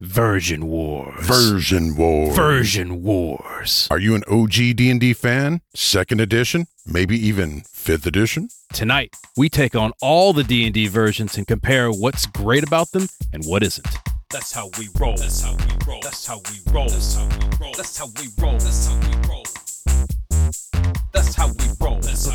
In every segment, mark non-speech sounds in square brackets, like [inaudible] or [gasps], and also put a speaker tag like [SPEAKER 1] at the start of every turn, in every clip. [SPEAKER 1] Virgin Wars.
[SPEAKER 2] Version War.
[SPEAKER 1] Virgin Wars.
[SPEAKER 2] Are you an OG D&D fan? Second edition? Maybe even fifth edition?
[SPEAKER 1] Tonight, we take on all the D&D versions and compare what's great about them and what isn't.
[SPEAKER 3] That's how we roll. That's how we roll. That's how we roll. That's how we roll. That's how we roll. That's how we roll. That's how we roll. That's how we roll. That's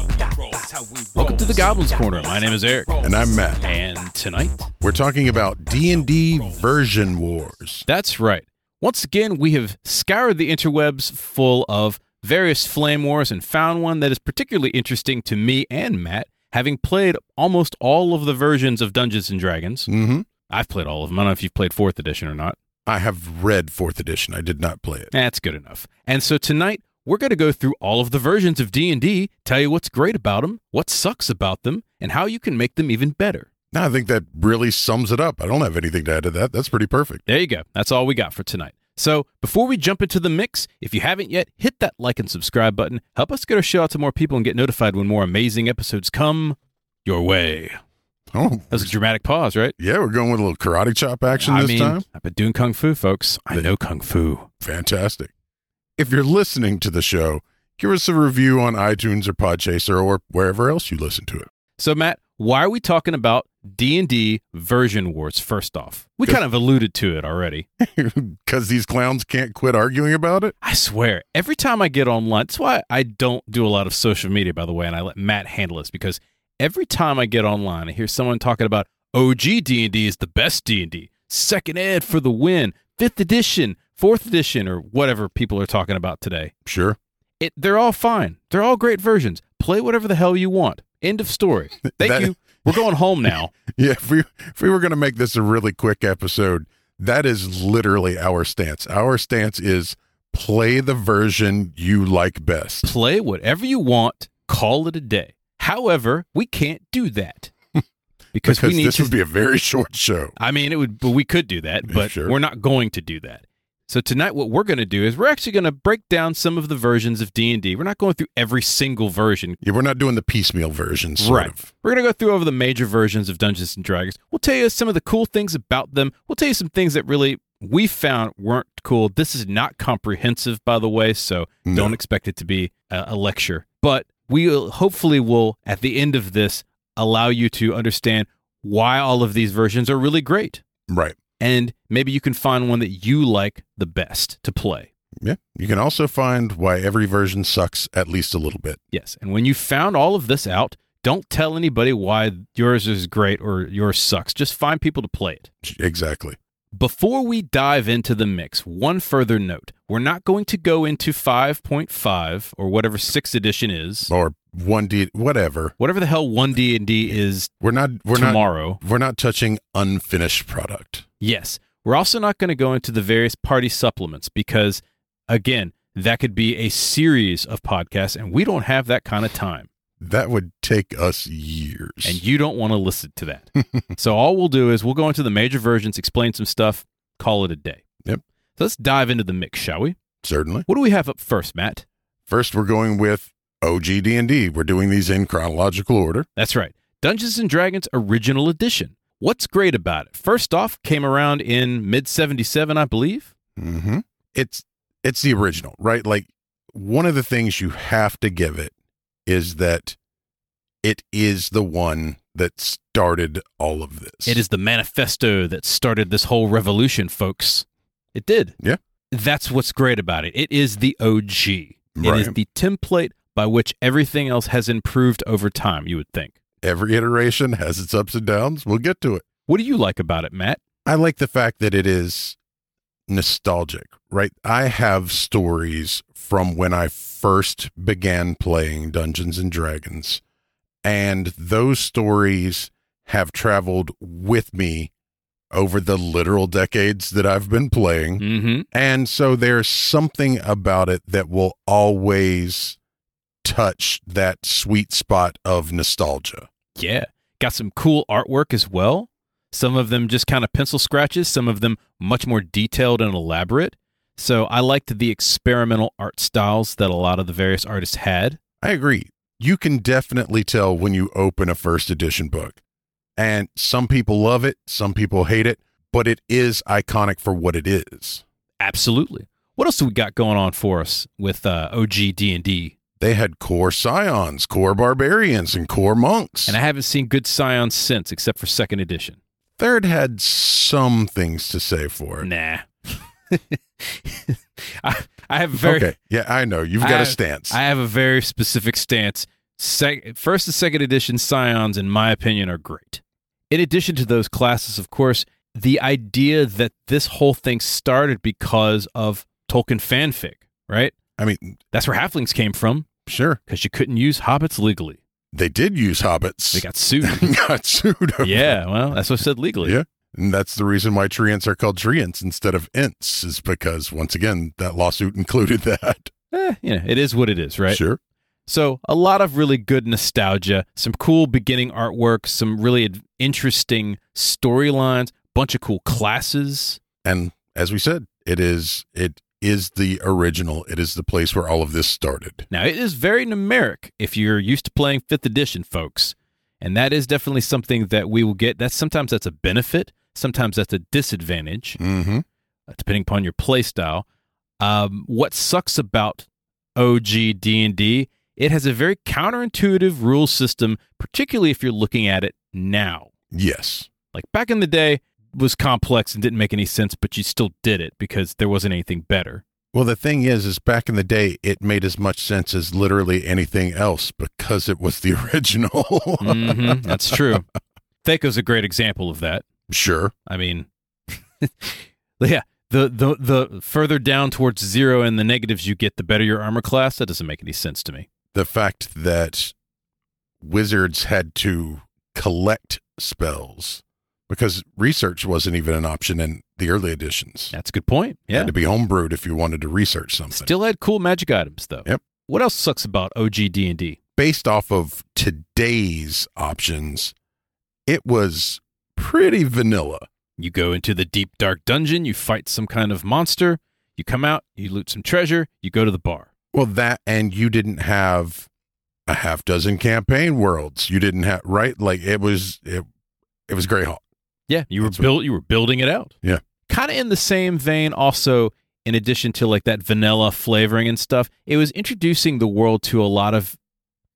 [SPEAKER 3] how we roll.
[SPEAKER 1] Welcome to the Goblins Corner. My name is Eric.
[SPEAKER 2] And I'm Matt.
[SPEAKER 1] And tonight,
[SPEAKER 2] We're talking about D&D Version Wars.
[SPEAKER 1] that's right. Once again, we have scoured the interwebs full of various flame wars and found one that is particularly interesting to me and Matt, having played almost all of the versions of Dungeons and Dragons.
[SPEAKER 2] hmm
[SPEAKER 1] I've played all of them. I don't know if you've played 4th edition or not.
[SPEAKER 2] I have read fourth edition. I did not play it.
[SPEAKER 1] That's good enough. And so tonight we're going to go through all of the versions of D&D, tell you what's great about them, what sucks about them, and how you can make them even better.
[SPEAKER 2] Now I think that really sums it up. I don't have anything to add to that. That's pretty perfect.
[SPEAKER 1] There you go. That's all we got for tonight. So, before we jump into the mix, if you haven't yet, hit that like and subscribe button. Help us get our show out to more people and get notified when more amazing episodes come your way.
[SPEAKER 2] Oh,
[SPEAKER 1] That was a dramatic pause, right?
[SPEAKER 2] yeah, we're going with a little karate chop action
[SPEAKER 1] I
[SPEAKER 2] this
[SPEAKER 1] mean,
[SPEAKER 2] time.
[SPEAKER 1] I've been doing kung fu, folks. I
[SPEAKER 2] But-
[SPEAKER 1] know kung fu.
[SPEAKER 2] Fantastic. If you're listening to the show, give us a review on iTunes or Podchaser or wherever else you listen to it.
[SPEAKER 1] So, Matt, why are we talking about D&D version wars first off? We
[SPEAKER 2] Good.
[SPEAKER 1] kind of alluded to it already.
[SPEAKER 2] [laughs] Because these clowns can't quit arguing about it.
[SPEAKER 1] I swear, every time I get online, that's why I don't do a lot of social media, by the way, and I let Matt handle this because every time I get online, I hear someone talking about OG D and D is the best D and D, second ed for the win, fifth edition, fourth edition, or whatever people are talking about today.
[SPEAKER 2] Sure.
[SPEAKER 1] It, they're all fine. They're all great versions. Play whatever the hell you want. End of story. Thank
[SPEAKER 2] [laughs] That-
[SPEAKER 1] you. We're going home
[SPEAKER 2] [laughs]
[SPEAKER 1] now.
[SPEAKER 2] Yeah, if we if we were going to make this a really quick episode, that is literally our stance. Our stance is play the version you like best.
[SPEAKER 1] Play whatever you want. Call it a day. However, we can't do
[SPEAKER 2] [laughs]
[SPEAKER 1] that because,
[SPEAKER 2] Because
[SPEAKER 1] we need
[SPEAKER 2] this
[SPEAKER 1] to
[SPEAKER 2] would be a very [laughs] short show.
[SPEAKER 1] I mean, it would. But we could do that, but
[SPEAKER 2] Sure.
[SPEAKER 1] we're not going to do that. So tonight, what we're going to do is we're actually going to break down some of the versions of D and D. We're not going through every single version,
[SPEAKER 2] Yeah, we're not doing the piecemeal version, sort
[SPEAKER 1] right?
[SPEAKER 2] of.
[SPEAKER 1] We're going to go through over the major versions of Dungeons and Dragons. We'll tell you some of the cool things about them. We'll tell you some things that really we found weren't cool. This is not comprehensive, by the way, so
[SPEAKER 2] No.
[SPEAKER 1] don't expect it to be a, a lecture. But we will- hopefully will at the end of this allow you to understand why all of these versions are really great
[SPEAKER 2] Right.
[SPEAKER 1] and maybe you can find one that you like the best to play.
[SPEAKER 2] Yeah. You can also find why every version sucks at least a little bit.
[SPEAKER 1] Yes. And when you found all of this out, don't tell anybody why yours is great or yours sucks. Just find people to play it.
[SPEAKER 2] Exactly.
[SPEAKER 1] Before we dive into the mix, one further note. We're not going to go into 5.5 or whatever 6th edition is.
[SPEAKER 2] Or one D whatever.
[SPEAKER 1] Whatever the hell 1D&D is
[SPEAKER 2] We're not we're not
[SPEAKER 1] tomorrow.
[SPEAKER 2] we're not touching unfinished product.
[SPEAKER 1] Yes. We're also not going to go into the various party supplements because, again, that could be a series of podcasts, and we don't have that kind of time.
[SPEAKER 2] That would take us years.
[SPEAKER 1] And you don't want to listen to
[SPEAKER 2] [laughs]
[SPEAKER 1] that. so all we'll do is we'll go into the major versions, explain some stuff, call it a day.
[SPEAKER 2] Yep.
[SPEAKER 1] So let's dive into the mix, shall we?
[SPEAKER 2] Certainly.
[SPEAKER 1] What do we have up first, Matt?
[SPEAKER 2] First, we're going with OG D&D. We're doing these in chronological order.
[SPEAKER 1] That's right. Dungeons and Dragons Original Edition. What's great about it? First off, came around in mid 77, I believe.
[SPEAKER 2] Mm-hmm. It's it's the original, right? Like one of the things you have to give it is that it is the one that started all of this.
[SPEAKER 1] It is the manifesto that started this whole revolution, folks. It did.
[SPEAKER 2] Yeah.
[SPEAKER 1] That's what's great about it. It is the OG. It is
[SPEAKER 2] Right.
[SPEAKER 1] the template by which everything else has improved over time, you would think.
[SPEAKER 2] every iteration has its ups and downs. We'll get to it.
[SPEAKER 1] What do you like about it, Matt?
[SPEAKER 2] I like the fact that it is nostalgic, right? I have stories from when I first began playing Dungeons and Dragons, and those stories have traveled with me over the literal decades that I've been playing.
[SPEAKER 1] Mm-hmm.
[SPEAKER 2] And so there's something about it that will always touch that sweet spot of nostalgia.
[SPEAKER 1] Yeah. Got some cool artwork as well. Some of them just kind of pencil scratches, some of them much more detailed and elaborate. So I liked the experimental art styles that a lot of the various artists had.
[SPEAKER 2] I agree. You can definitely tell when you open a first edition book. And some people love it, some people hate it, but it is iconic for what it is.
[SPEAKER 1] Absolutely. What else do we got going on for us with uh, OG D and D?
[SPEAKER 2] They had core scions, core barbarians, and core monks.
[SPEAKER 1] And I haven't seen good Scion since, except for second edition.
[SPEAKER 2] Third had some things to say for it.
[SPEAKER 1] Nah. [laughs] I, I have very
[SPEAKER 2] Okay. Yeah, I know. You've got
[SPEAKER 1] I-
[SPEAKER 2] a stance.
[SPEAKER 1] I have a very specific stance. Sec- first and second edition Scions, in my opinion, are great. In addition to those classes, of course, the idea that this whole thing started because of Tolkien fanfic, right?
[SPEAKER 2] I mean,
[SPEAKER 1] That's where halflings came from
[SPEAKER 2] sure.
[SPEAKER 1] because you couldn't use hobbits legally.
[SPEAKER 2] They did use hobbits.
[SPEAKER 1] They got
[SPEAKER 2] [laughs]
[SPEAKER 1] sued.
[SPEAKER 2] got sued. over
[SPEAKER 1] yeah, well, that's what I said legally.
[SPEAKER 2] Yeah. And that's the reason why treants are called treants instead of ints, is because, once again, that lawsuit included that.
[SPEAKER 1] Eh, you know, it is what it is, right?
[SPEAKER 2] Sure.
[SPEAKER 1] So, a lot of really good nostalgia, some cool beginning artwork, some really ad- interesting storylines, bunch of cool classes.
[SPEAKER 2] And as we said, it is it is the original. It is the place where all of this started.
[SPEAKER 1] Now, it is very numeric if you're used to playing 5th edition, folks. And that is definitely something that we will get. That's sometimes that's a benefit, sometimes that's a disadvantage.
[SPEAKER 2] Mm-hmm.
[SPEAKER 1] uh, depending upon your play style. Um, what sucks about OG D&D, it has a very counterintuitive rule system, particularly if you're looking at it now.
[SPEAKER 2] Yes.
[SPEAKER 1] Like back in the day it was complex and didn't make any sense, but you still did it because there wasn't anything better.
[SPEAKER 2] Well, the thing is, is back in the day, it made as much sense as literally anything else because it was the [laughs] original.
[SPEAKER 1] Mhm, [laughs] that's true. Thaco's a great example of that.
[SPEAKER 2] Sure.
[SPEAKER 1] I mean, [laughs] yeah, the, the the further down towards zero and the negatives you get, the better your armor class. That doesn't make any sense to me.
[SPEAKER 2] The fact that wizards had to collect spells because research wasn't even an option in the early editions.
[SPEAKER 1] That's a good point.
[SPEAKER 2] You
[SPEAKER 1] Yeah,
[SPEAKER 2] Had to be homebrewed if you wanted to research something.
[SPEAKER 1] Still had cool magic items though.
[SPEAKER 2] Yep.
[SPEAKER 1] What else sucks about OG D and D?
[SPEAKER 2] based off of today's options, it was pretty vanilla.
[SPEAKER 1] You go into the deep dark dungeon, you fight some kind of monster, you come out, you loot some treasure, you go to the bar.
[SPEAKER 2] Well, that and you didn't have a half dozen campaign worlds. You didn't have right like it was it it was Greyhawk.
[SPEAKER 1] Yeah, you were
[SPEAKER 2] That's what-
[SPEAKER 1] built, you were building it out.
[SPEAKER 2] Yeah.
[SPEAKER 1] Kind of in the same vein, also in addition to like that vanilla flavoring and stuff, it was introducing the world to a lot of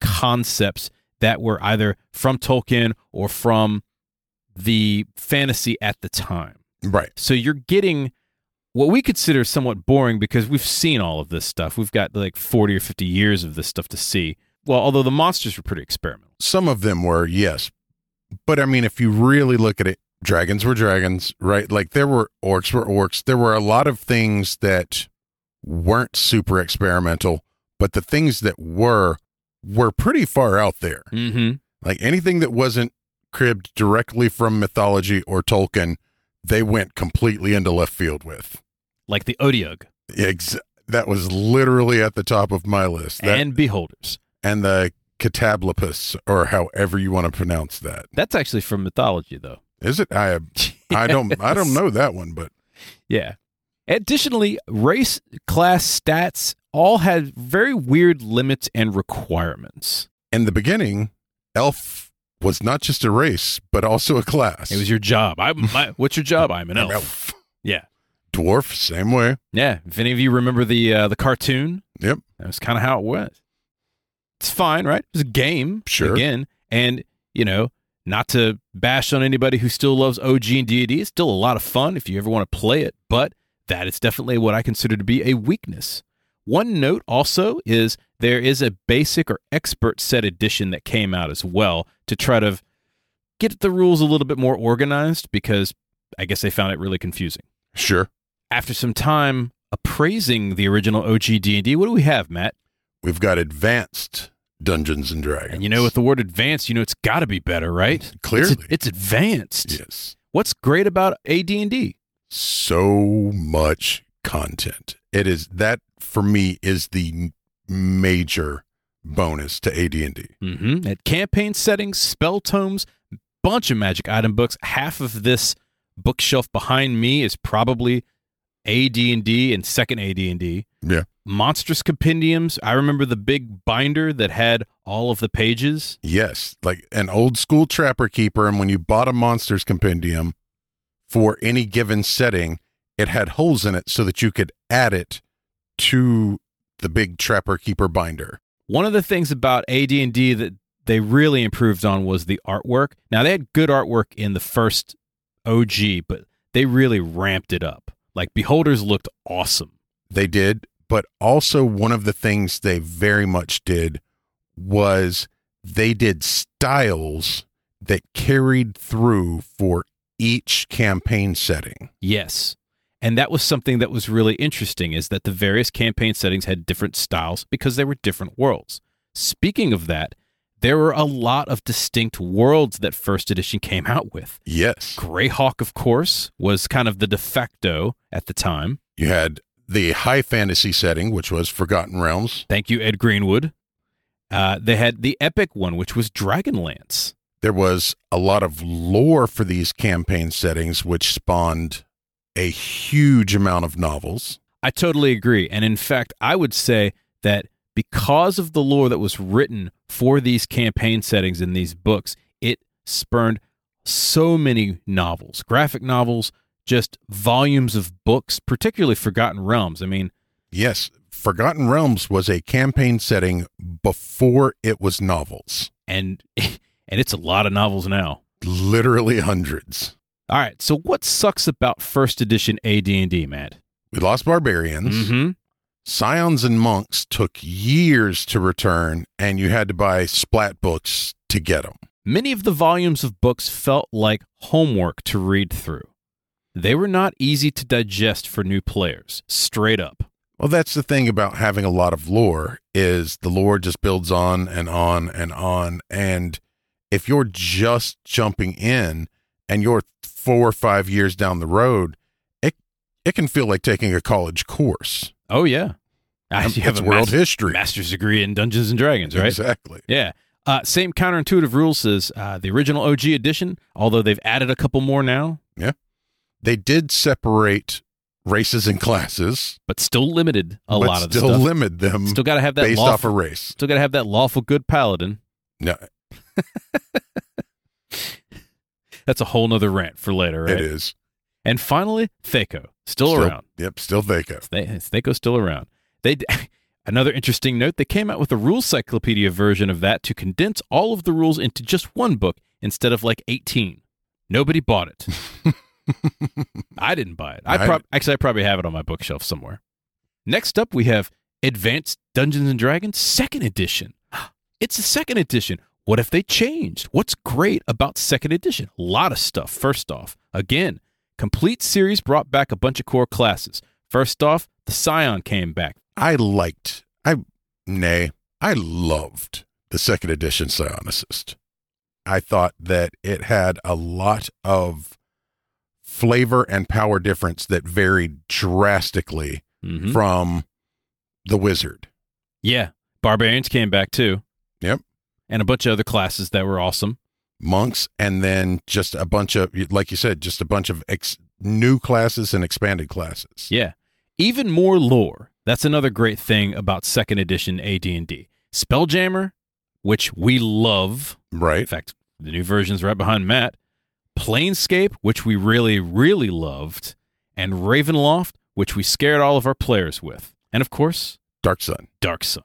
[SPEAKER 1] concepts that were either from Tolkien or from the fantasy at the time.
[SPEAKER 2] Right.
[SPEAKER 1] So you're getting what we consider somewhat boring because we've seen all of this stuff. We've got like 40 or 50 years of this stuff to see. Well, although the monsters were pretty experimental.
[SPEAKER 2] Some of them were, yes. But I mean if you really look at it, dragons were dragons, right? Like there were orcs were orcs. There were a lot of things that weren't super experimental, but the things that were were pretty far out there.
[SPEAKER 1] Mm-hmm.
[SPEAKER 2] Like anything that wasn't cribbed directly from mythology or Tolkien, they went completely into left field with.
[SPEAKER 1] Like the Odiug
[SPEAKER 2] Ex- that was literally at the top of my list. That,
[SPEAKER 1] and Beholders.
[SPEAKER 2] and the Catablopus, or however you want to pronounce that.
[SPEAKER 1] That's actually from mythology, though.
[SPEAKER 2] Is it? I
[SPEAKER 1] [laughs]
[SPEAKER 2] I don't I don't know that one, but
[SPEAKER 1] Yeah. Additionally, race, class, stats all had very weird limits and requirements.
[SPEAKER 2] in the beginning, elf was not just a race, but also a class.
[SPEAKER 1] It was your job. I'm, my, what's your job? I'm
[SPEAKER 2] [laughs]
[SPEAKER 1] an elf. Yeah.
[SPEAKER 2] Dwarf, same way.
[SPEAKER 1] Yeah, if any of you remember the uh, the cartoon,
[SPEAKER 2] Yep.
[SPEAKER 1] that was kind of how it was. It's fine, right? It was a game,
[SPEAKER 2] Sure.
[SPEAKER 1] Again, and you know, not to bash on anybody who still loves OG and D&D, it's still a lot of fun if you ever want to play it. But that is definitely what I consider to be a weakness. One note also is there is a basic or expert set edition that came out as well to try to get the rules a little bit more organized because I guess they found it really confusing
[SPEAKER 2] Sure.
[SPEAKER 1] after some time appraising the original OG D&D, what do we have, Matt?
[SPEAKER 2] We've got advanced Dungeons and Dragons.
[SPEAKER 1] And you know, with the word advanced, you know it's got to be better, right?
[SPEAKER 2] Clearly.
[SPEAKER 1] It's, it's advanced.
[SPEAKER 2] yes.
[SPEAKER 1] What's great about AD&D?
[SPEAKER 2] so much content. It is that for me is the n- major bonus to AD&D.
[SPEAKER 1] Mm-hmm. At campaign settings, spell tomes, bunch of magic item books. Half of this bookshelf behind me is probably AD&D and second AD&D.
[SPEAKER 2] Yeah.
[SPEAKER 1] Monstrous compendiums. I remember the big binder that had all of the pages.
[SPEAKER 2] Yes, like an old school trapper keeper and when you bought a monsters compendium for any given setting, it had holes in it so that you could add it to the big Trapper Keeper binder.
[SPEAKER 1] One of the things about AD&D that they really improved on was the artwork. Now they had good artwork in the first OG, but they really ramped it up. Like Beholders looked awesome.
[SPEAKER 2] They did, but also one of the things they very much did was they did styles that carried through for each campaign setting.
[SPEAKER 1] Yes. And that was something that was really interesting is that the various campaign settings had different styles because they were different worlds. Speaking of that, there were a lot of distinct worlds that first edition came out with.
[SPEAKER 2] Yes.
[SPEAKER 1] Greyhawk, of course, was kind of the de facto at the time.
[SPEAKER 2] You had the high fantasy setting, which was Forgotten Realms.
[SPEAKER 1] Thank you, Ed Greenwood. Uh, they had the epic one, which was Dragonlance.
[SPEAKER 2] There was a lot of lore for these campaign settings, which spawned a huge amount of novels.
[SPEAKER 1] I totally agree. And in fact, I would say that because of the lore that was written for these campaign settings in these books, it spurned so many novels, graphic novels, just volumes of books, particularly Forgotten Realms. I mean,
[SPEAKER 2] Yes, Forgotten Realms was a campaign setting before it was novels,
[SPEAKER 1] and [laughs] and it's a lot of novels now.
[SPEAKER 2] literally hundreds.
[SPEAKER 1] All right, so what sucks about first edition AD&D, Matt?
[SPEAKER 2] We lost barbarians.
[SPEAKER 1] Mm-hmm.
[SPEAKER 2] Scions and monks took years to return, and you had to buy splat books to get them.
[SPEAKER 1] Many of the volumes of books felt like homework to read through. They were not easy to digest for new players, straight up.
[SPEAKER 2] Well, that's the thing about having a lot of lore is the lore just builds on and on and on. And if you're just jumping in and you're four or five years down the road, it it can feel like taking a college course.
[SPEAKER 1] Oh yeah. I
[SPEAKER 2] it's world history.
[SPEAKER 1] master's degree in Dungeons and Dragons, right?
[SPEAKER 2] Exactly.
[SPEAKER 1] Yeah. Uh, same counterintuitive rules as uh, the original OG edition, although they've added a couple more now,
[SPEAKER 2] They did separate races and classes,
[SPEAKER 1] but still limited a
[SPEAKER 2] but
[SPEAKER 1] lot of the
[SPEAKER 2] still
[SPEAKER 1] stuff.
[SPEAKER 2] limit them
[SPEAKER 1] still got to have that
[SPEAKER 2] based off
[SPEAKER 1] lawful,
[SPEAKER 2] a race.
[SPEAKER 1] still got to have that lawful good paladin.
[SPEAKER 2] No,
[SPEAKER 1] That's a whole nother rant for later, right?
[SPEAKER 2] it is
[SPEAKER 1] And finally, Thaco, still, around.
[SPEAKER 2] Yep, still Vaco.
[SPEAKER 1] They, Thaco's still around. They d- [laughs] another interesting note. They came out with a rule cyclopedia version of that to condense all of the rules into just one book instead of like eighteen. Nobody bought it. I didn't buy it. I
[SPEAKER 2] I-
[SPEAKER 1] prob- actually I probably have it on my bookshelf somewhere. Next up, we have Advanced Dungeons and Dragons Second Edition. It's a second edition. What if they changed? What's great about second edition? A lot of stuff. First off, again, complete series brought back a bunch of core classes. First off, the Scion came back.
[SPEAKER 2] I liked, I nay, I loved the second edition Psionicist. I thought that it had a lot of flavor and power difference that varied drastically
[SPEAKER 1] Mhm.
[SPEAKER 2] from the wizard.
[SPEAKER 1] Yeah, barbarians came back too.
[SPEAKER 2] Yep.
[SPEAKER 1] and a bunch of other classes that were awesome.
[SPEAKER 2] monks and then just a bunch of like you said just a bunch of ex- new classes and expanded classes
[SPEAKER 1] Yeah. Even more lore. That's another great thing about second edition AD&D. Spelljammer, which we love. In
[SPEAKER 2] right
[SPEAKER 1] fact, the new version's right behind Matt. Planescape, which we really really loved, and Ravenloft, which we scared all of our players with. And of course,
[SPEAKER 2] dark sun
[SPEAKER 1] Dark Sun.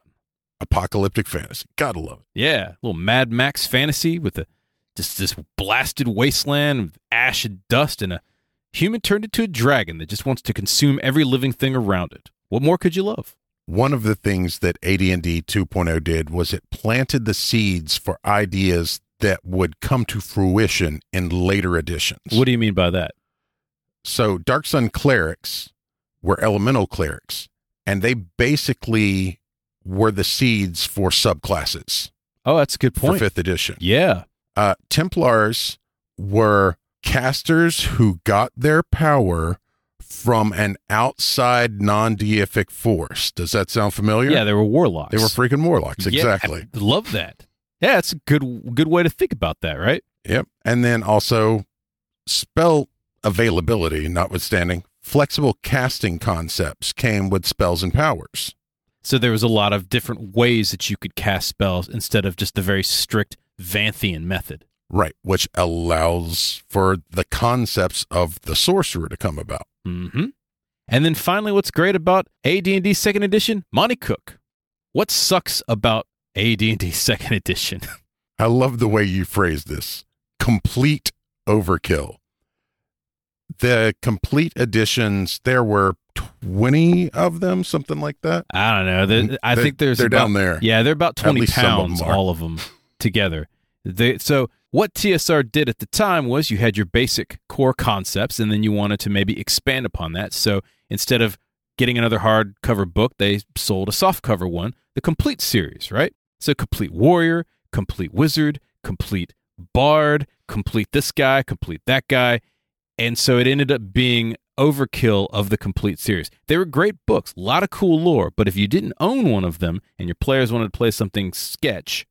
[SPEAKER 2] apocalyptic fantasy gotta love it
[SPEAKER 1] Yeah, little Mad Max fantasy with the just this blasted wasteland of ash and dust and a human turned into a dragon that just wants to consume every living thing around it. What more could you love?
[SPEAKER 2] one of the things that AD&D 2.0 did was it planted the seeds for ideas that would come to fruition in later editions
[SPEAKER 1] What do you mean by that?
[SPEAKER 2] so dark sun clerics were elemental clerics and they basically were the seeds for subclasses
[SPEAKER 1] Oh, that's a good
[SPEAKER 2] for
[SPEAKER 1] point.
[SPEAKER 2] 5th edition
[SPEAKER 1] Yeah.
[SPEAKER 2] uh, Templars were casters who got their power from an outside non deific force. Does that sound familiar?
[SPEAKER 1] Yeah, they were warlocks.
[SPEAKER 2] They were freaking warlocks.
[SPEAKER 1] Yeah,
[SPEAKER 2] Exactly.
[SPEAKER 1] I love that. Yeah, it's a good good way to think about that, right?
[SPEAKER 2] Yep. And then also spell availability, notwithstanding, flexible casting concepts came with spells and powers.
[SPEAKER 1] So there was a lot of different ways that you could cast spells instead of just the very strict Vanthian method.
[SPEAKER 2] Right, which allows for the concepts of the sorcerer to come about.
[SPEAKER 1] Mm-hmm. And then finally, what's great about AD&D Second Edition? Monty Cook. What sucks about AD&D [laughs] Second Edition?
[SPEAKER 2] I love the way you phrase this. Complete overkill. The complete editions, there were 20 of them, something like that.
[SPEAKER 1] I don't know. There- I
[SPEAKER 2] Mm, They-
[SPEAKER 1] think there's
[SPEAKER 2] they're
[SPEAKER 1] about,
[SPEAKER 2] down there.
[SPEAKER 1] Yeah, they're about
[SPEAKER 2] At
[SPEAKER 1] 20
[SPEAKER 2] least some of
[SPEAKER 1] pounds,
[SPEAKER 2] them are.
[SPEAKER 1] all of them together. They, so, what TSR did at the time was you had your basic core concepts, and then you wanted to maybe expand upon that. So, instead of getting another hardcover book, they sold a softcover one, the complete series, right? So, complete warrior, complete wizard, complete bard, complete this guy, complete that guy. And so it ended up being overkill of the complete series. They were great books, a lot of cool lore, but if you didn't own one of them and your players wanted to play something sketch,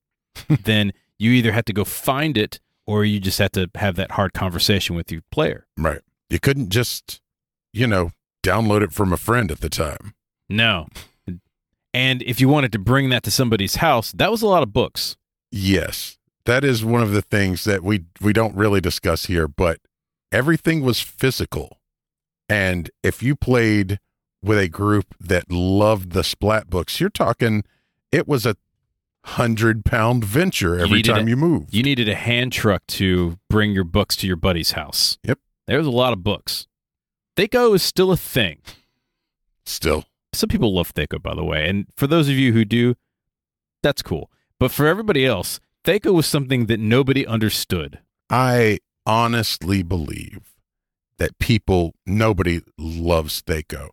[SPEAKER 1] then you either had to go find it or you just had to have that hard conversation with your player.
[SPEAKER 2] Right. You couldn't just, you know, download it from a friend at the time.
[SPEAKER 1] No. And if you wanted to bring that to somebody's house, that was a lot of books.
[SPEAKER 2] Yes. That is one of the things that we we don't really discuss here, but everything was physical. And if you played with a group that loved the splat books, you're talking it was a hundred pound venture every
[SPEAKER 1] needed
[SPEAKER 2] time
[SPEAKER 1] a-
[SPEAKER 2] you moved.
[SPEAKER 1] You needed a hand truck to bring your books to your buddy's house.
[SPEAKER 2] Yep.
[SPEAKER 1] There was a lot of books. Thaco is still a thing.
[SPEAKER 2] Still.
[SPEAKER 1] some people love Thaco, by the way. And for those of you who do, that's cool. But for everybody else, Thaco was something that nobody understood.
[SPEAKER 2] I honestly believe that people, nobody loves Thaco.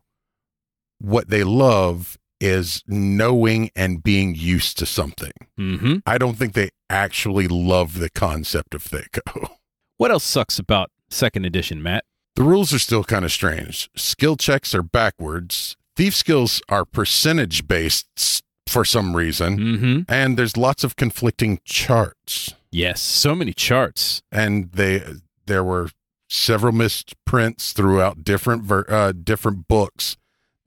[SPEAKER 2] What they love is knowing and being used to something.
[SPEAKER 1] Mm-hmm.
[SPEAKER 2] I don't think they actually love the concept of Thaco. [laughs]
[SPEAKER 1] What else sucks about second edition, Matt?
[SPEAKER 2] The rules are still kind of strange. Skill checks are backwards. Thief skills are percentage based s- for some reason.
[SPEAKER 1] Mm-hmm.
[SPEAKER 2] And there's lots of conflicting charts.
[SPEAKER 1] Yes, so many charts.
[SPEAKER 2] and they there were several misprints throughout different ver- uh, different books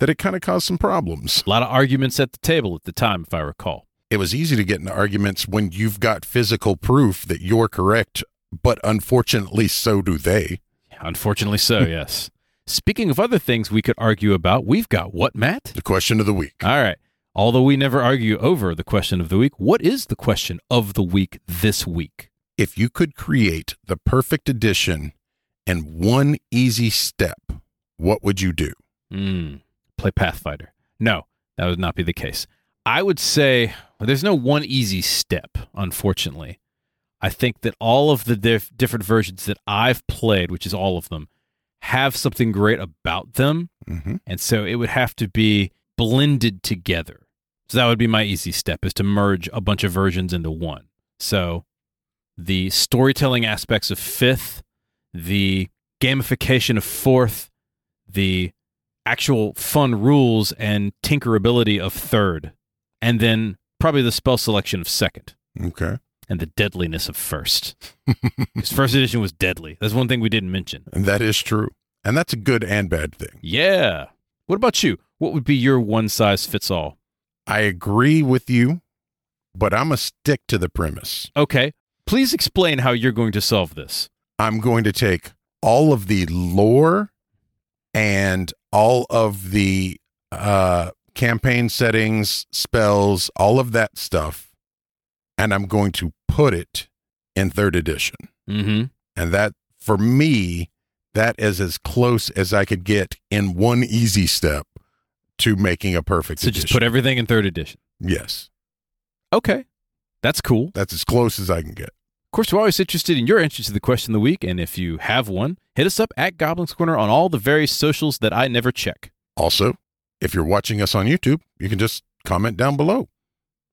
[SPEAKER 2] that it kind of caused some problems.
[SPEAKER 1] A lot of arguments at the table at the time, if I recall.
[SPEAKER 2] It was easy to get into arguments when you've got physical proof that you're correct, but unfortunately, so do they.
[SPEAKER 1] Unfortunately, [laughs] so, yes. Speaking of other things we could argue about, we've got what, Matt?
[SPEAKER 2] The question of the week.
[SPEAKER 1] All right. Although we never argue over the question of the week, what is the question of the week this week?
[SPEAKER 2] If you could create the perfect edition in one easy step, what would you do?
[SPEAKER 1] Mm, play Pathfinder. No, that would not be the case. I would say well, there's no one easy step, unfortunately. I think that all of the diff- different versions that I've played, which is all of them, have something great about them.
[SPEAKER 2] Mm-hmm.
[SPEAKER 1] And so it would have to be blended together. So that would be my easy step is to merge a bunch of versions into one. So the storytelling aspects of fifth, the gamification of fourth, the actual fun rules and tinkerability of third, and then probably the spell selection of second
[SPEAKER 2] Okay.
[SPEAKER 1] and the deadliness of first. 'Cause first edition was deadly. That's one thing we didn't mention.
[SPEAKER 2] And that is true. And that's a good and bad thing.
[SPEAKER 1] Yeah. What about you? What would be your one size fits all?
[SPEAKER 2] I agree with you, but I'm going to stick to the premise.
[SPEAKER 1] Okay. Please explain how you're going to solve this.
[SPEAKER 2] I'm going to take all of the lore and all of the uh, campaign settings, spells, all of that stuff, and I'm going to put it in third edition.
[SPEAKER 1] Mm-hmm.
[SPEAKER 2] And that, for me, that is as close as I could get in one easy step to making a perfect
[SPEAKER 1] So
[SPEAKER 2] edition.
[SPEAKER 1] just put everything in third edition.
[SPEAKER 2] yes,
[SPEAKER 1] Okay. That's cool.
[SPEAKER 2] that's as close as I can get.
[SPEAKER 1] Of course, we're always interested in your answer to the question of the week, and if you have one, hit us up at Goblin's Corner on all the various socials that I never check.
[SPEAKER 2] Also, if you're watching us on YouTube, you can just comment down below.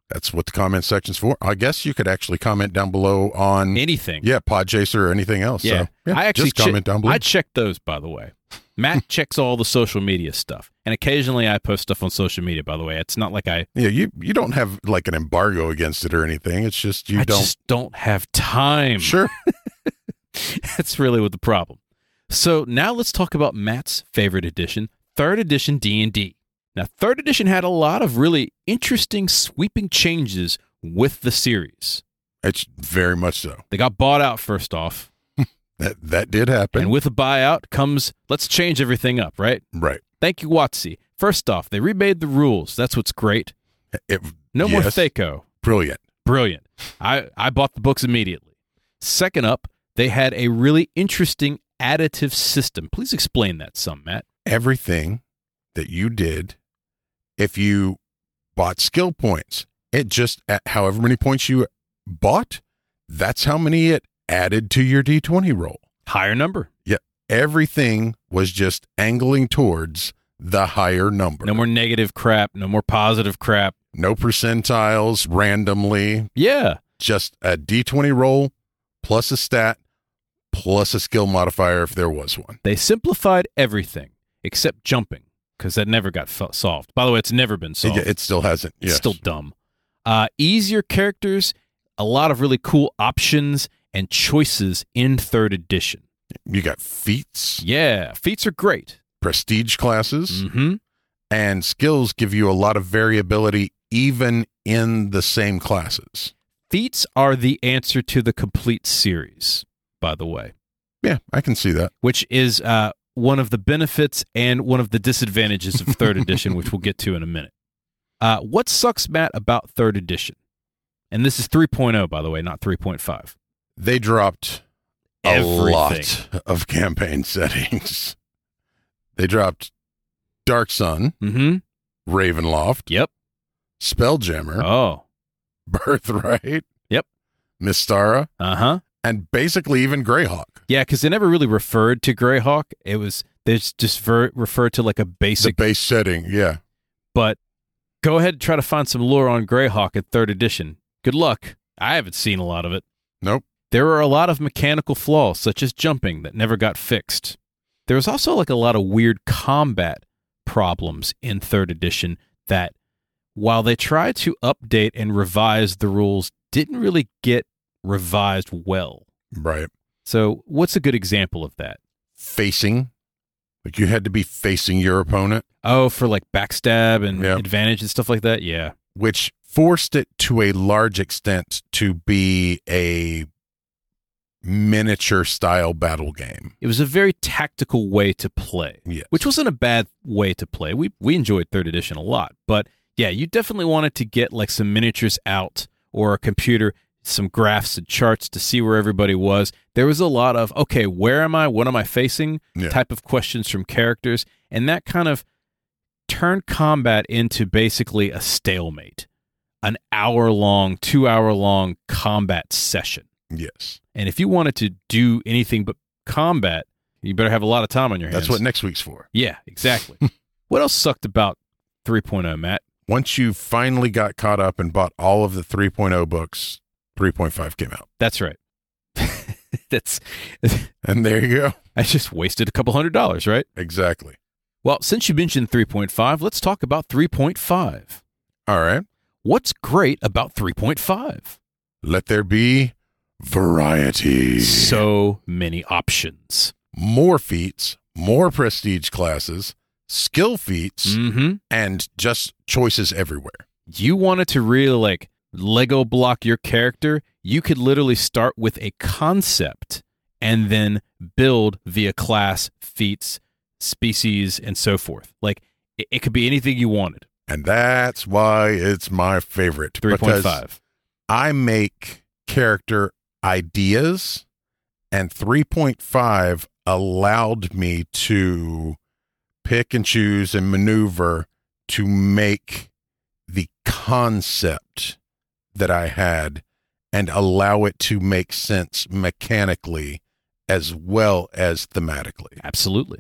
[SPEAKER 2] That's what the comment section's for. I guess you could actually comment down below on
[SPEAKER 1] Anything.
[SPEAKER 2] yeah, Podchaser or anything else.
[SPEAKER 1] Yeah.
[SPEAKER 2] So, yeah,
[SPEAKER 1] I actually
[SPEAKER 2] just comment
[SPEAKER 1] che-
[SPEAKER 2] down below.
[SPEAKER 1] I check those, by the way.
[SPEAKER 2] [laughs]
[SPEAKER 1] Matt checks all the social media stuff, and occasionally I post stuff on social media. By the way, it's not like I
[SPEAKER 2] yeah, you you don't have like an embargo against it or anything. It's just you
[SPEAKER 1] I
[SPEAKER 2] don't.
[SPEAKER 1] just don't have time.
[SPEAKER 2] Sure.
[SPEAKER 1] That's really what the problem. So now let's talk about Matt's favorite edition, third edition D&D. Now, third edition had a lot of really interesting sweeping changes with the series.
[SPEAKER 2] It's very much so.
[SPEAKER 1] They got bought out first off,
[SPEAKER 2] That that did happen.
[SPEAKER 1] and with a buyout comes let's change everything up, right?
[SPEAKER 2] right.
[SPEAKER 1] Thank you, Watsy. First off, they remade the rules. That's what's great.
[SPEAKER 2] It,
[SPEAKER 1] No more
[SPEAKER 2] Yes.
[SPEAKER 1] Thaco.
[SPEAKER 2] brilliant.
[SPEAKER 1] Brilliant. I, I bought the books immediately. Second up, they had a really interesting additive system. Please explain that some, Matt.
[SPEAKER 2] Everything that you did, if you bought skill points, it just at however many points you bought, that's how many it added to your D20 roll.
[SPEAKER 1] Higher number.
[SPEAKER 2] Everything was just angling towards the higher number.
[SPEAKER 1] No more negative crap. No more positive crap.
[SPEAKER 2] no percentiles randomly,
[SPEAKER 1] Yeah.
[SPEAKER 2] just a D20 roll plus a stat plus a skill modifier if there was one.
[SPEAKER 1] They simplified everything except jumping because that never got fo- solved. By the way, it's never been solved.
[SPEAKER 2] It, it still hasn't.
[SPEAKER 1] It's
[SPEAKER 2] Yes.
[SPEAKER 1] still dumb. Uh, easier characters, a lot of really cool options and choices in third edition.
[SPEAKER 2] you got feats,
[SPEAKER 1] Yeah, feats are great.
[SPEAKER 2] prestige classes,
[SPEAKER 1] hmm
[SPEAKER 2] and skills give you a lot of variability even in the same classes.
[SPEAKER 1] Feats are the answer to the complete series, by the way,
[SPEAKER 2] Yeah, I can see that.
[SPEAKER 1] which is uh, one of the benefits and one of the disadvantages of third edition, which we'll get to in a minute. Uh, what sucks, Matt, about third edition? And this is 3.0, by the way, not 3.5.
[SPEAKER 2] They dropped a
[SPEAKER 1] Everything.
[SPEAKER 2] lot of campaign [laughs] settings. they dropped Dark Sun,
[SPEAKER 1] Mm-hmm.
[SPEAKER 2] Ravenloft,
[SPEAKER 1] Yep.
[SPEAKER 2] Spelljammer,
[SPEAKER 1] Oh.
[SPEAKER 2] Birthright.
[SPEAKER 1] Yep.
[SPEAKER 2] Mistara,
[SPEAKER 1] Uh huh.
[SPEAKER 2] and basically even Greyhawk.
[SPEAKER 1] Yeah, because they never really referred to Greyhawk. It was they just just ver- referred to like a
[SPEAKER 2] The
[SPEAKER 1] basic.
[SPEAKER 2] base setting, yeah.
[SPEAKER 1] but go ahead and try to find some lore on Greyhawk in third edition. Good luck. I haven't seen a lot of it.
[SPEAKER 2] Nope.
[SPEAKER 1] There are a lot of mechanical flaws such as jumping that never got fixed. There was also like a lot of weird combat problems in third edition that, while they tried to update and revise the rules, didn't really get revised well.
[SPEAKER 2] Right.
[SPEAKER 1] So, what's a good example of that?
[SPEAKER 2] Facing. Like you had to be facing your opponent,
[SPEAKER 1] Oh, for like backstab and
[SPEAKER 2] Yeah.
[SPEAKER 1] advantage and stuff like that. Yeah.
[SPEAKER 2] which forced it to a large extent to be a miniature style battle game.
[SPEAKER 1] It was a very tactical way to play,
[SPEAKER 2] Yes.
[SPEAKER 1] which wasn't a bad way to play. We we enjoyed third edition a lot, but yeah, you definitely wanted to get like some miniatures out or a computer, some graphs and charts to see where everybody was. There was a lot of okay, where am I? What am I facing?
[SPEAKER 2] Yeah.
[SPEAKER 1] type of questions from characters, and that kind of turned combat into basically a stalemate, an hour long, two hour long combat session.
[SPEAKER 2] yes.
[SPEAKER 1] And if you wanted to do anything but combat, you better have a lot of time on your hands.
[SPEAKER 2] That's what next week's for.
[SPEAKER 1] Yeah,
[SPEAKER 2] [laughs]
[SPEAKER 1] exactly. what else sucked about 3.0, Matt?
[SPEAKER 2] Once you finally got caught up and bought all of the 3.0 books, 3.5 came out.
[SPEAKER 1] That's right. [laughs] That's [laughs]
[SPEAKER 2] And there you go.
[SPEAKER 1] I just wasted a couple hundred dollars, right?
[SPEAKER 2] Exactly.
[SPEAKER 1] Well, since you mentioned 3.5, let's talk about 3.5.
[SPEAKER 2] All right.
[SPEAKER 1] What's great about 3.5?
[SPEAKER 2] Let there be variety.
[SPEAKER 1] So many options.
[SPEAKER 2] more feats, more prestige classes, skill feats,
[SPEAKER 1] Mm-hmm.
[SPEAKER 2] and just choices everywhere.
[SPEAKER 1] you wanted to really like Lego block your character, you could literally start with a concept and then build via class, feats, species, and so forth. Like it, it could be anything you wanted.
[SPEAKER 2] And that's why it's my favorite. because
[SPEAKER 1] 3.5.
[SPEAKER 2] I make character ideas, and 3.5 allowed me to pick and choose and maneuver to make the concept that I had and allow it to make sense mechanically as well as thematically.
[SPEAKER 1] Absolutely.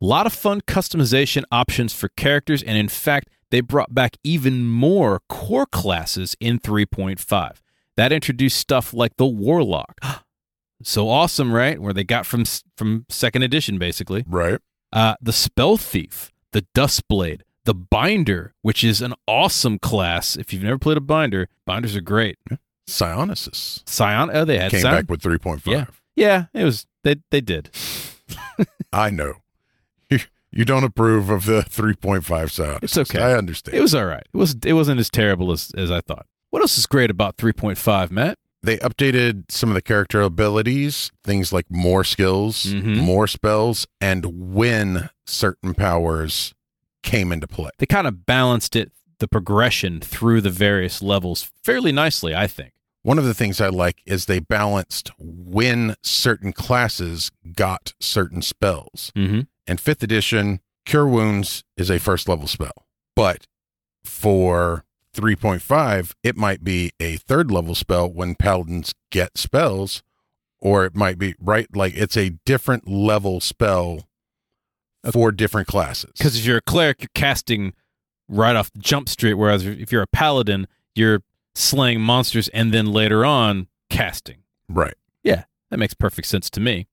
[SPEAKER 1] A lot of fun customization options for characters, and in fact, they brought back even more core classes in 3.5. That introduced stuff like the Warlock. [gasps] so awesome, right? Where they got from from second edition, basically.
[SPEAKER 2] Right.
[SPEAKER 1] Uh, the Spell Thief, the Dustblade, the Binder, which is an awesome class. If you've never played a Binder, Binders are great.
[SPEAKER 2] Psionicis
[SPEAKER 1] Scion, oh, they had
[SPEAKER 2] came
[SPEAKER 1] Scion.
[SPEAKER 2] back with 3.5.
[SPEAKER 1] Yeah, it was they they did.
[SPEAKER 2] I know. [laughs] You, you don't approve of the 3.5 sound.
[SPEAKER 1] It's okay.
[SPEAKER 2] I understand.
[SPEAKER 1] It was all right. It was it wasn't as terrible as, as I thought. What else is great about 3.5, Matt?
[SPEAKER 2] They updated some of the character abilities, things like more skills,
[SPEAKER 1] Mhm.
[SPEAKER 2] more spells, and when certain powers came into play.
[SPEAKER 1] They kind of balanced it, the progression through the various levels fairly nicely, I think.
[SPEAKER 2] One of the things I like is they balanced when certain classes got certain spells.
[SPEAKER 1] Mm-hmm.
[SPEAKER 2] And fifth edition, Cure Wounds is a first level spell. But for 3.5, it might be a third level spell when paladins get spells, or it might be, right? Like it's a different level spell for different classes.
[SPEAKER 1] Because if you're a cleric, you're casting right off the jump street, whereas if you're a paladin, you're slaying monsters and then later on casting.
[SPEAKER 2] right.
[SPEAKER 1] That makes perfect sense to me.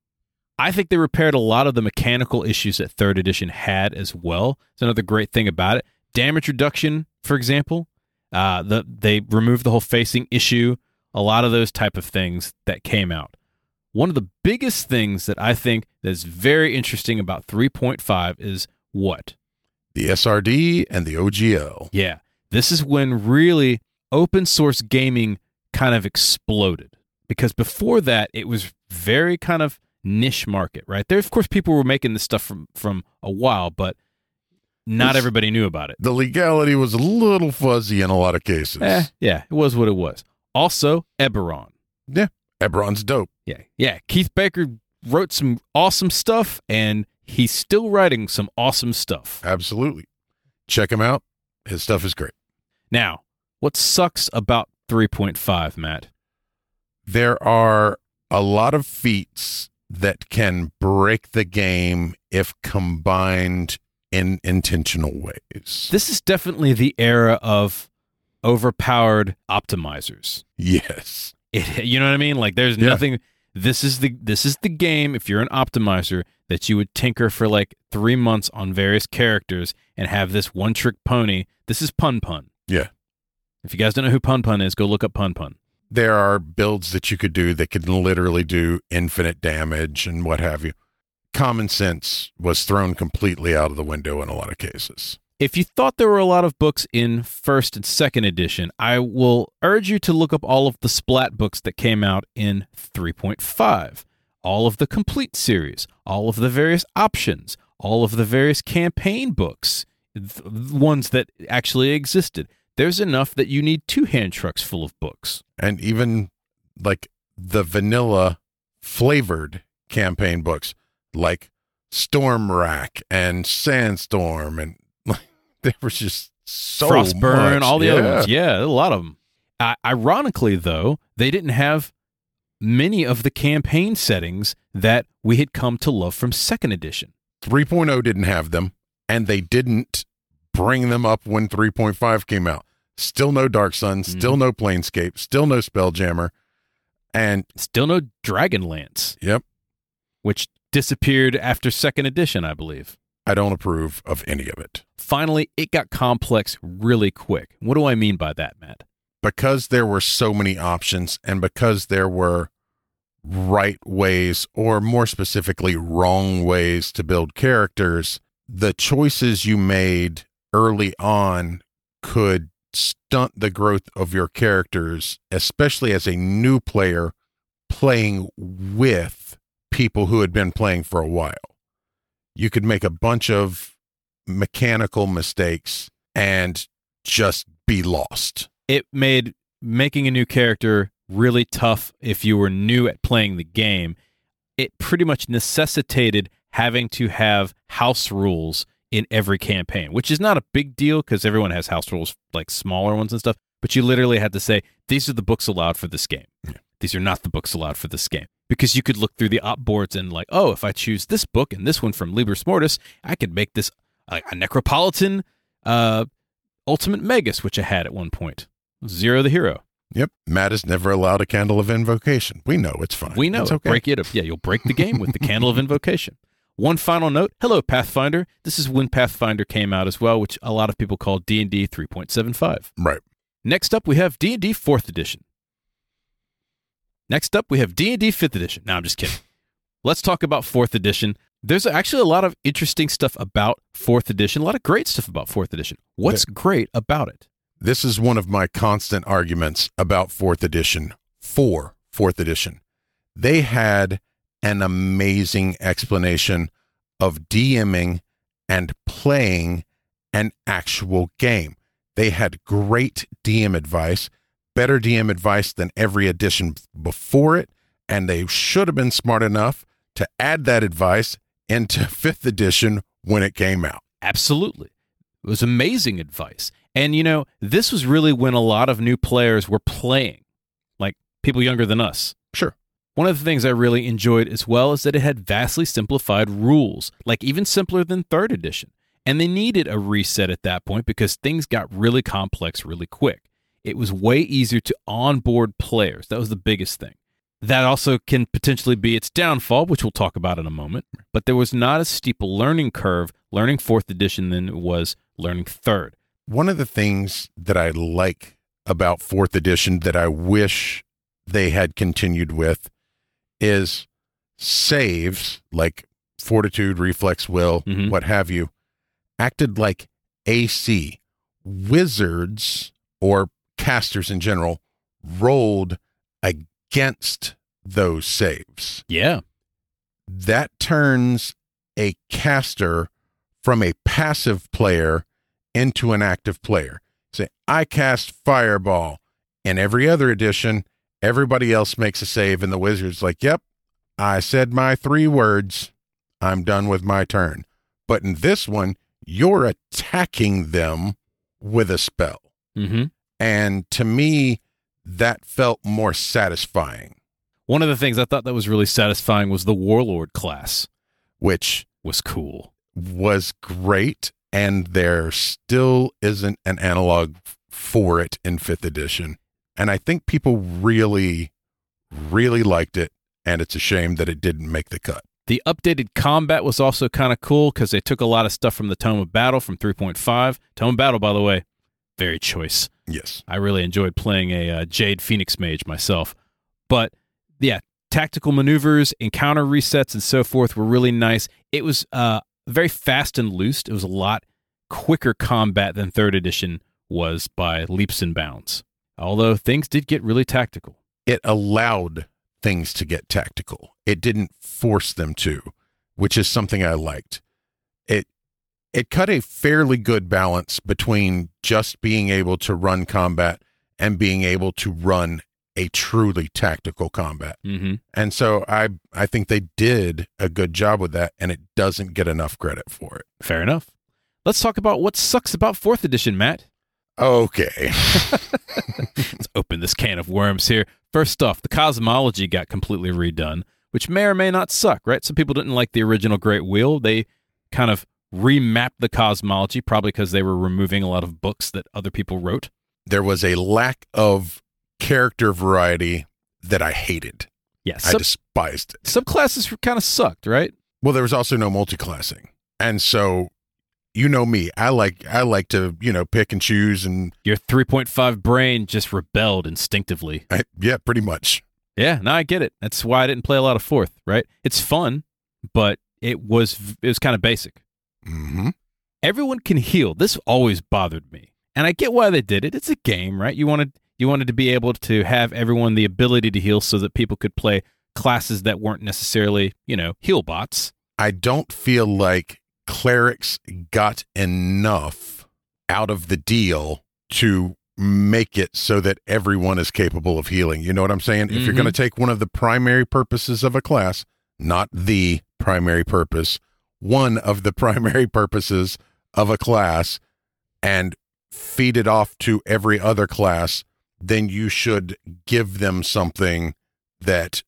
[SPEAKER 1] I think they repaired a lot of the mechanical issues that third edition had as well. It's another great thing about it. Damage reduction, for example, uh, the, they removed the whole facing issue. A lot of those type of things that came out. One of the biggest things that I think that's very interesting about 3.5 is what?
[SPEAKER 2] The SRD and the OGL.
[SPEAKER 1] Yeah. This is when really open source gaming kind of exploded because before that it was very kind of niche market, right? There of course people were making this stuff from from a while, but not
[SPEAKER 2] It's-
[SPEAKER 1] everybody knew about it.
[SPEAKER 2] The legality was a little fuzzy in a lot of cases.
[SPEAKER 1] Eh, yeah, it was what it was. Also, Eberron.
[SPEAKER 2] Ebron's dope.
[SPEAKER 1] Yeah. Yeah, Keith Baker wrote some awesome stuff and he's still writing some awesome stuff.
[SPEAKER 2] Absolutely. Check him out. His stuff is great.
[SPEAKER 1] Now, what sucks about 3.5, Matt?
[SPEAKER 2] there are a lot of feats that can break the game if combined in intentional ways.
[SPEAKER 1] This is definitely the era of overpowered optimizers.
[SPEAKER 2] yes.
[SPEAKER 1] It, [laughs] you know what I mean? Like there's
[SPEAKER 2] Yeah.
[SPEAKER 1] nothing this is the this is the game if you're an optimizer that you would tinker for like 3 months on various characters and have this one trick pony. This is Pun Pun.
[SPEAKER 2] Yeah.
[SPEAKER 1] If you guys don't know who Pun Pun is, go look up Pun Pun.
[SPEAKER 2] There are builds that you could do that could literally do infinite damage and what have you. Common sense was thrown completely out of the window in a lot of cases.
[SPEAKER 1] If you thought there were a lot of books in first and second edition, I will urge you to look up all of the splat books that came out in 3.5, all of the complete series, all of the various options, all of the various campaign books, th- th- ones that actually existed. There's enough that you need two hand trucks full of books.
[SPEAKER 2] And even like the vanilla flavored campaign books like Storm Rack and Sandstorm and [laughs] like there was just so
[SPEAKER 1] Frostburn,
[SPEAKER 2] much.
[SPEAKER 1] all the
[SPEAKER 2] yeah.
[SPEAKER 1] other ones. Yeah, a lot of them. Uh, ironically, though, they didn't have many of the campaign settings that we had come to love from second edition.
[SPEAKER 2] 3.0 didn't have them and they didn't bring them up when 3.5 came out. Still no Dark
[SPEAKER 1] Hmm.
[SPEAKER 2] Sun, still no Planescape, still no Spelljammer. And
[SPEAKER 1] Still no Dragonlance,
[SPEAKER 2] yep,
[SPEAKER 1] which disappeared after second edition, I believe.
[SPEAKER 2] I don't approve of any of it.
[SPEAKER 1] Finally, it got complex really quick. What do I mean by that, Matt?
[SPEAKER 2] because there were so many options and because there were right ways or more specifically wrong ways to build characters the choices you made early on could stunt the growth of your characters especially as a new player playing with people who had been playing for a while you could make a bunch of mechanical mistakes and just be lost
[SPEAKER 1] It made making a new character really tough if you were new at playing the game. It pretty much necessitated having to have house rules in every campaign, which is not a big deal because everyone has house rules, like smaller ones and stuff. But you literally had to say, these are the books allowed for this game. These are not the books allowed for this game. Because you could look through the op boards and, like, oh, if I choose this book and this one from Libris Mortis, I could make this a, a Necropolitan uh, Ultimate Magus, which I had at one point. Zero the hero.
[SPEAKER 2] Yep. Matt is never allowed a candle of invocation. We know it's fine.
[SPEAKER 1] We know
[SPEAKER 2] it's
[SPEAKER 1] it.
[SPEAKER 2] okay.
[SPEAKER 1] break it up. Yeah, you'll break the game with the candle of invocation. [laughs] One final note. Hello, Pathfinder. This is when Pathfinder came out as well, which a lot of people call D and D 3.75.
[SPEAKER 2] Right.
[SPEAKER 1] Next up, we have D and D Fourth Edition. Next up, we have D and D Fifth Edition. No, I'm just kidding. Let's talk about Fourth Edition. There's actually a lot of interesting stuff about Fourth Edition. A lot of great stuff about Fourth Edition. What's great about it?
[SPEAKER 2] This is one of my constant arguments about fourth edition for fourth edition, they had an amazing explanation of DMing and playing an actual game. They had great DM advice, better DM advice than every edition before it, and they should have been smart enough to add that advice into [laughs] fifth edition when it came out.
[SPEAKER 1] Absolutely. It was amazing advice. And you know, this was really when a lot of new players were playing, like people younger than us.
[SPEAKER 2] Sure.
[SPEAKER 1] One of the things I really enjoyed as well is that it had vastly simplified rules, like even simpler than third edition. And they needed a reset at that point because things got really complex really quick. It was way easier to onboard players. That was the biggest thing. That also can potentially be its downfall, which we'll talk about in a moment. But there was not as steep a learning curve learning fourth edition than it was learning third.
[SPEAKER 2] One of the things that I like about fourth edition that I wish they had continued with is saves like fortitude, reflex, will,
[SPEAKER 1] Mhm.
[SPEAKER 2] what have you, acted like AC. Wizards or casters in general rolled against those saves
[SPEAKER 1] Yeah.
[SPEAKER 2] that turns a caster from a passive player into an active player. Say, I cast Fireball. In every other edition, everybody else makes a save, and the wizard's like, Yep, I said my three words. I'm done with my turn. But in this one, you're attacking them with a spell.
[SPEAKER 1] Mm-hmm.
[SPEAKER 2] And to me, that felt more satisfying,
[SPEAKER 1] One of the things I thought that was really satisfying was the warlord class
[SPEAKER 2] which
[SPEAKER 1] was cool.
[SPEAKER 2] was great, and there still isn't an analog for it in fifth edition. And I think people really, really liked it. And it's a shame that it didn't make the cut.
[SPEAKER 1] The updated combat was also kind of cool because they took a lot of stuff from the Tome of Battle from 3.5. Tome of Battle, by the way, very choice.
[SPEAKER 2] Yes.
[SPEAKER 1] I really enjoyed playing a uh, Jade Phoenix Mage myself. But yeah, tactical maneuvers, encounter resets, and so forth were really nice. It was uh, very fast and loose. It was a lot quicker combat than third edition was by leaps and bounds. Although things did get really tactical.
[SPEAKER 2] It allowed things to get tactical, it didn't force them to, which is something I liked. It, it cut a fairly good balance between just being able to run combat and being able to run a truly tactical combat.
[SPEAKER 1] Mm-hmm.
[SPEAKER 2] And so I I think they did a good job with that and it doesn't get enough credit for it.
[SPEAKER 1] Fair enough. Let's talk about what sucks about fourth edition, Matt.
[SPEAKER 2] Okay.
[SPEAKER 1] Let's open this can of worms here. First off, the cosmology got completely redone, which may or may not suck, right? Some people didn't like the original Great Wheel. They kind of remapped the cosmology, probably because they were removing a lot of books that other people wrote.
[SPEAKER 2] there was a lack of character variety that I hated.
[SPEAKER 1] Yes.
[SPEAKER 2] I
[SPEAKER 1] Sub-
[SPEAKER 2] despised it.
[SPEAKER 1] subclasses kind of sucked, right?
[SPEAKER 2] Well, there was also no multiclassing. And so you know me, I like I like to, you know, pick and choose and [laughs]
[SPEAKER 1] Your 3.5 brain just rebelled instinctively.
[SPEAKER 2] I, yeah, pretty much.
[SPEAKER 1] Yeah, no, I get it. That's why I didn't play a lot of fourth, right? It's fun, but it was it was kind of basic.
[SPEAKER 2] Mhm.
[SPEAKER 1] everyone can heal. This always bothered me. And I get why they did it. It's a game, right? You wanted you wanted to be able to have everyone the ability to heal so that people could play classes that weren't necessarily, you know, heal bots.
[SPEAKER 2] I don't feel like clerics got enough out of the deal to make it so that everyone is capable of healing. You know what I'm saying? If you're
[SPEAKER 1] Mhm.
[SPEAKER 2] going to take one of the primary purposes of a class, not the primary purpose, one of the [laughs] primary purposes of a class and feed it off to every other class, then you should give them something that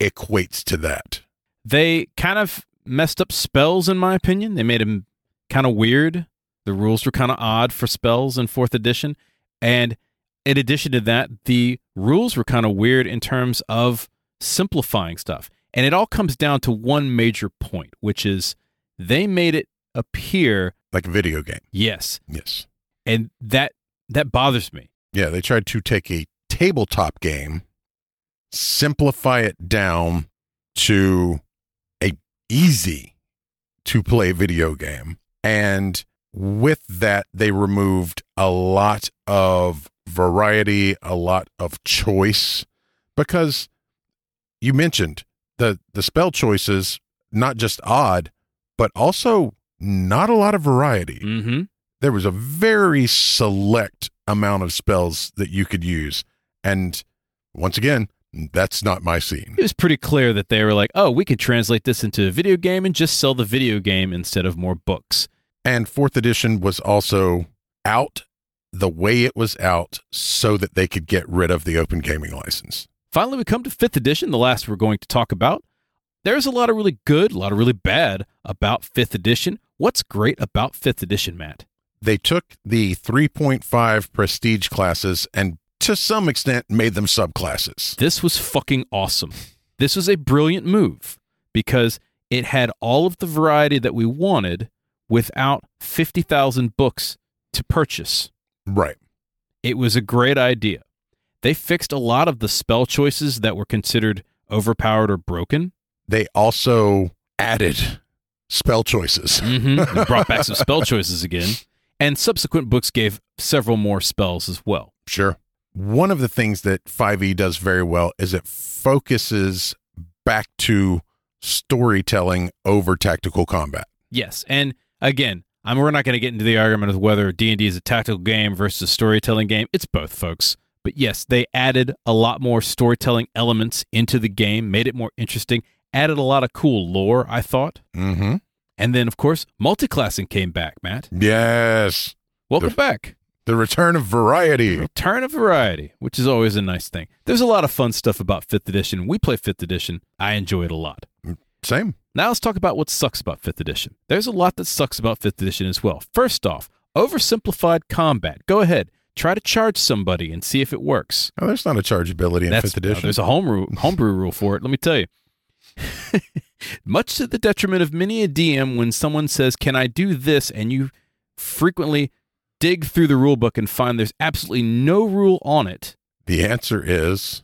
[SPEAKER 2] equates to that.
[SPEAKER 1] They kind of messed up spells in my opinion. They made them kind of weird. The rules were kind of odd for spells in 4th edition. And in addition to that, the rules were kind of weird in terms of simplifying stuff. And it all comes down to one major point, which is they made it appear
[SPEAKER 2] Like a video game.
[SPEAKER 1] yes.
[SPEAKER 2] Yes.
[SPEAKER 1] And that that bothers me.
[SPEAKER 2] Yeah, they tried to take a tabletop game, simplify it down to a easy to play video game. And with that, they removed a lot of variety, a lot of choice. because you mentioned the the spell choices not just odd, but also not a lot of variety.
[SPEAKER 1] Mm-hmm.
[SPEAKER 2] There was a very select amount of spells that you could use, and once again, that's not my scene.
[SPEAKER 1] It was pretty clear that they were like, "Oh, we could translate this into a video game and just sell the video game instead of more books."
[SPEAKER 2] And fourth edition was also out the way it was out so that they could get rid of the open gaming license.
[SPEAKER 1] Finally, we come to fifth edition, the last we're going to talk about. There's a lot of really good, a lot of really bad about fifth edition. What's great about fifth edition, Matt?
[SPEAKER 2] They took the 3.5 prestige classes and to some extent made them subclasses.
[SPEAKER 1] This was fucking awesome. This was a brilliant move because it had all of the variety that we wanted without 50,000 books to purchase.
[SPEAKER 2] Right.
[SPEAKER 1] It was a great idea. They fixed a lot of the spell choices that were considered overpowered or broken.
[SPEAKER 2] They also added spell choices.
[SPEAKER 1] Mm-hmm. and brought back some spell choices again. And subsequent books gave several more spells as well.
[SPEAKER 2] Sure. One of the things that 5e does very well is it focuses back to storytelling over tactical combat.
[SPEAKER 1] Yes. And again, I mean, we're not going to get into the argument of whether D&D is a tactical game versus a storytelling game. It's both, folks. But yes, they added a lot more storytelling elements into the game, made it more interesting, added a lot of cool lore, I thought.
[SPEAKER 2] Mm-hmm.
[SPEAKER 1] And then, of course, multiclassing came back, Matt.
[SPEAKER 2] Yes.
[SPEAKER 1] Welcome
[SPEAKER 2] The-
[SPEAKER 1] back.
[SPEAKER 2] The return
[SPEAKER 1] [laughs]
[SPEAKER 2] of variety.
[SPEAKER 1] Return of variety, which is always a nice thing. There's a lot of fun stuff about 5th edition. We play 5th edition. I enjoy it a lot.
[SPEAKER 2] Same.
[SPEAKER 1] Now let's talk about what sucks about 5th edition. There's a lot that sucks about 5th edition as well. First off, oversimplified combat. Go ahead, try to charge somebody and see if it works.
[SPEAKER 2] Oh, there's not a chargeability in
[SPEAKER 1] That's-
[SPEAKER 2] fifth edition.
[SPEAKER 1] uh, there's a home ru- homebrew rule for it, let me tell you. [laughs] Much to the detriment of many a DM when someone says, Can I do this? and you frequently dig through the rule book and find there's absolutely no rule on it.
[SPEAKER 2] the answer is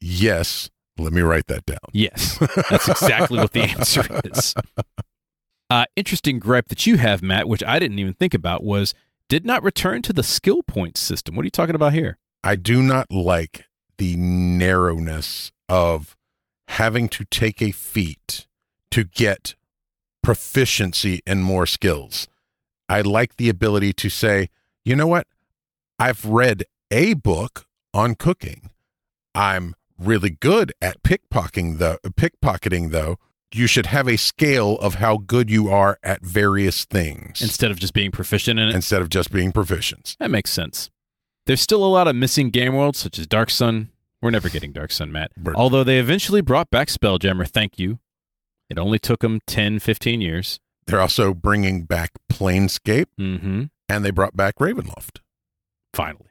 [SPEAKER 2] yes. Let me write that down.
[SPEAKER 1] Yes. That's exactly what the answer is. Uh, interesting gripe that you have, Matt, which I didn't even think about, was did not return to the skill point system. What are you talking about here?
[SPEAKER 2] I do not like the narrowness of having to take a feat to get proficiency in more skills. I like the ability to say, you know what? I've read a book on cooking. I'm really good at pickpocketing though pickpocketing though. You should have a scale of how good you are at various things
[SPEAKER 1] Instead of just being proficient in it,
[SPEAKER 2] instead of just being proficient.
[SPEAKER 1] that makes sense. There's still a lot of missing game worlds, such as Dark Sun. We're never getting Dark Sun, Matt.
[SPEAKER 2] We're-
[SPEAKER 1] Although they eventually brought back Spelljammer, thank you. It only took them 10, 15 years.
[SPEAKER 2] They're also bringing back Planescape
[SPEAKER 1] Mm-hmm.
[SPEAKER 2] and they brought back Ravenloft.
[SPEAKER 1] Finally.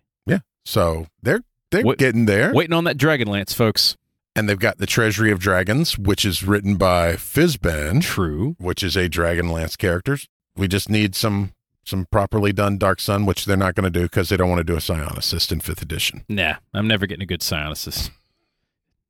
[SPEAKER 2] So they're they're
[SPEAKER 1] Wait-
[SPEAKER 2] getting there.
[SPEAKER 1] Waiting on that Dragonlance, folks.
[SPEAKER 2] And they've got the Treasury of Dragons, which is written by Fizban,
[SPEAKER 1] True.
[SPEAKER 2] which is a Dragonlance character. We just need some some properly done Dark Sun, which they're not going to do because they don't want to do a Psionicist in fifth edition.
[SPEAKER 1] Nah, I'm never getting a good psionicist.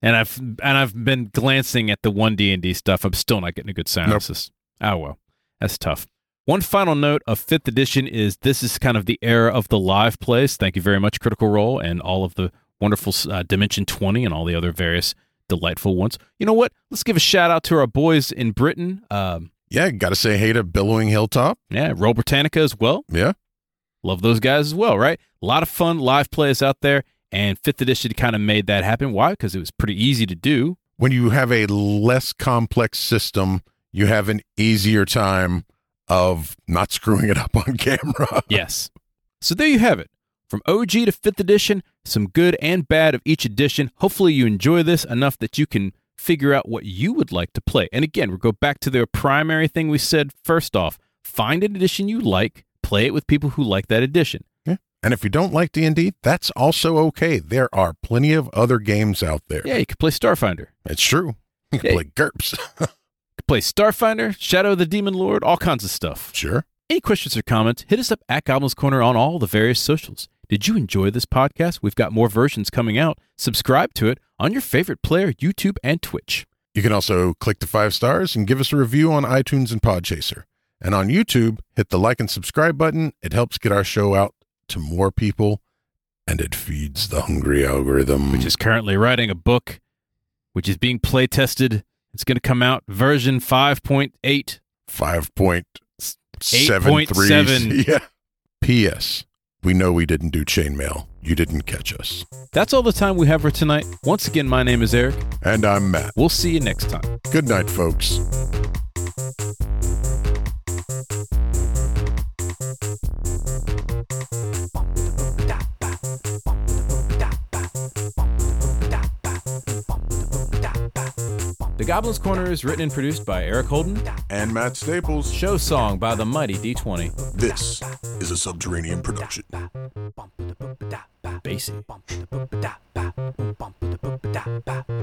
[SPEAKER 1] And I've and I've been glancing at the one D and D stuff. I'm still not getting a good psionicist. Oh well, that's tough. One final note of fifth edition is this is kind of the era of the live plays. Thank you very much, Critical Role, and all of the wonderful uh, Dimension Twenty and all the other various delightful ones. You know what? Let's give a shout out to our boys in Britain. Um,
[SPEAKER 2] Yeah, got to say hey to Billowing Hilltop.
[SPEAKER 1] yeah, Roll Britannica as well.
[SPEAKER 2] Yeah,
[SPEAKER 1] Love those guys as well, right? A lot of fun live plays out there, and fifth edition kind of made that happen. Why? Because it was pretty easy to do.
[SPEAKER 2] when you have a less complex system, you have an easier time of not screwing it up on [laughs] camera.
[SPEAKER 1] Yes. So there you have it. From OG to fifth edition, some good and bad of each edition. Hopefully, you enjoy this enough that you can figure out what you would like to play. And again, we'll go back to the primary thing we said first off find an edition you like, play it with people who like that edition.
[SPEAKER 2] And if you don't like D&D, that's also okay. There are plenty of other games out there.
[SPEAKER 1] Yeah, you could play Starfinder.
[SPEAKER 2] It's true. You can
[SPEAKER 1] Yeah.
[SPEAKER 2] play GURPS. [laughs]
[SPEAKER 1] You could play Starfinder, Shadow of the Demon Lord, all kinds of stuff.
[SPEAKER 2] sure.
[SPEAKER 1] Any questions or comments, hit us up at Goblin's Corner on all the various socials. Did you enjoy this podcast? We've got more versions coming out. Subscribe to it on your favorite player, YouTube, and Twitch.
[SPEAKER 2] You can also click the five stars and give us a review on iTunes and Podchaser. And on YouTube, hit the like and subscribe button. It helps get our show out to more people. and it feeds the hungry algorithm.
[SPEAKER 1] which is currently writing a book, which is being play tested. It's going to come out version 5.8.
[SPEAKER 2] 5.73. [laughs] Yeah. P.S. We know we didn't do chainmail. You didn't catch us.
[SPEAKER 1] That's all the time we have for tonight. Once again, my name is Eric.
[SPEAKER 2] And I'm Matt.
[SPEAKER 1] We'll see you next time.
[SPEAKER 2] Good night, folks.
[SPEAKER 1] The Goblin's Corner is written and produced by Eric Holden.
[SPEAKER 2] And Matt Staples.
[SPEAKER 1] Show song by the mighty D20.
[SPEAKER 2] This is a subterranean production.
[SPEAKER 1] Basie.
[SPEAKER 4] Bum, ba, da, ba, boom, bum, ba, da, ba, ba,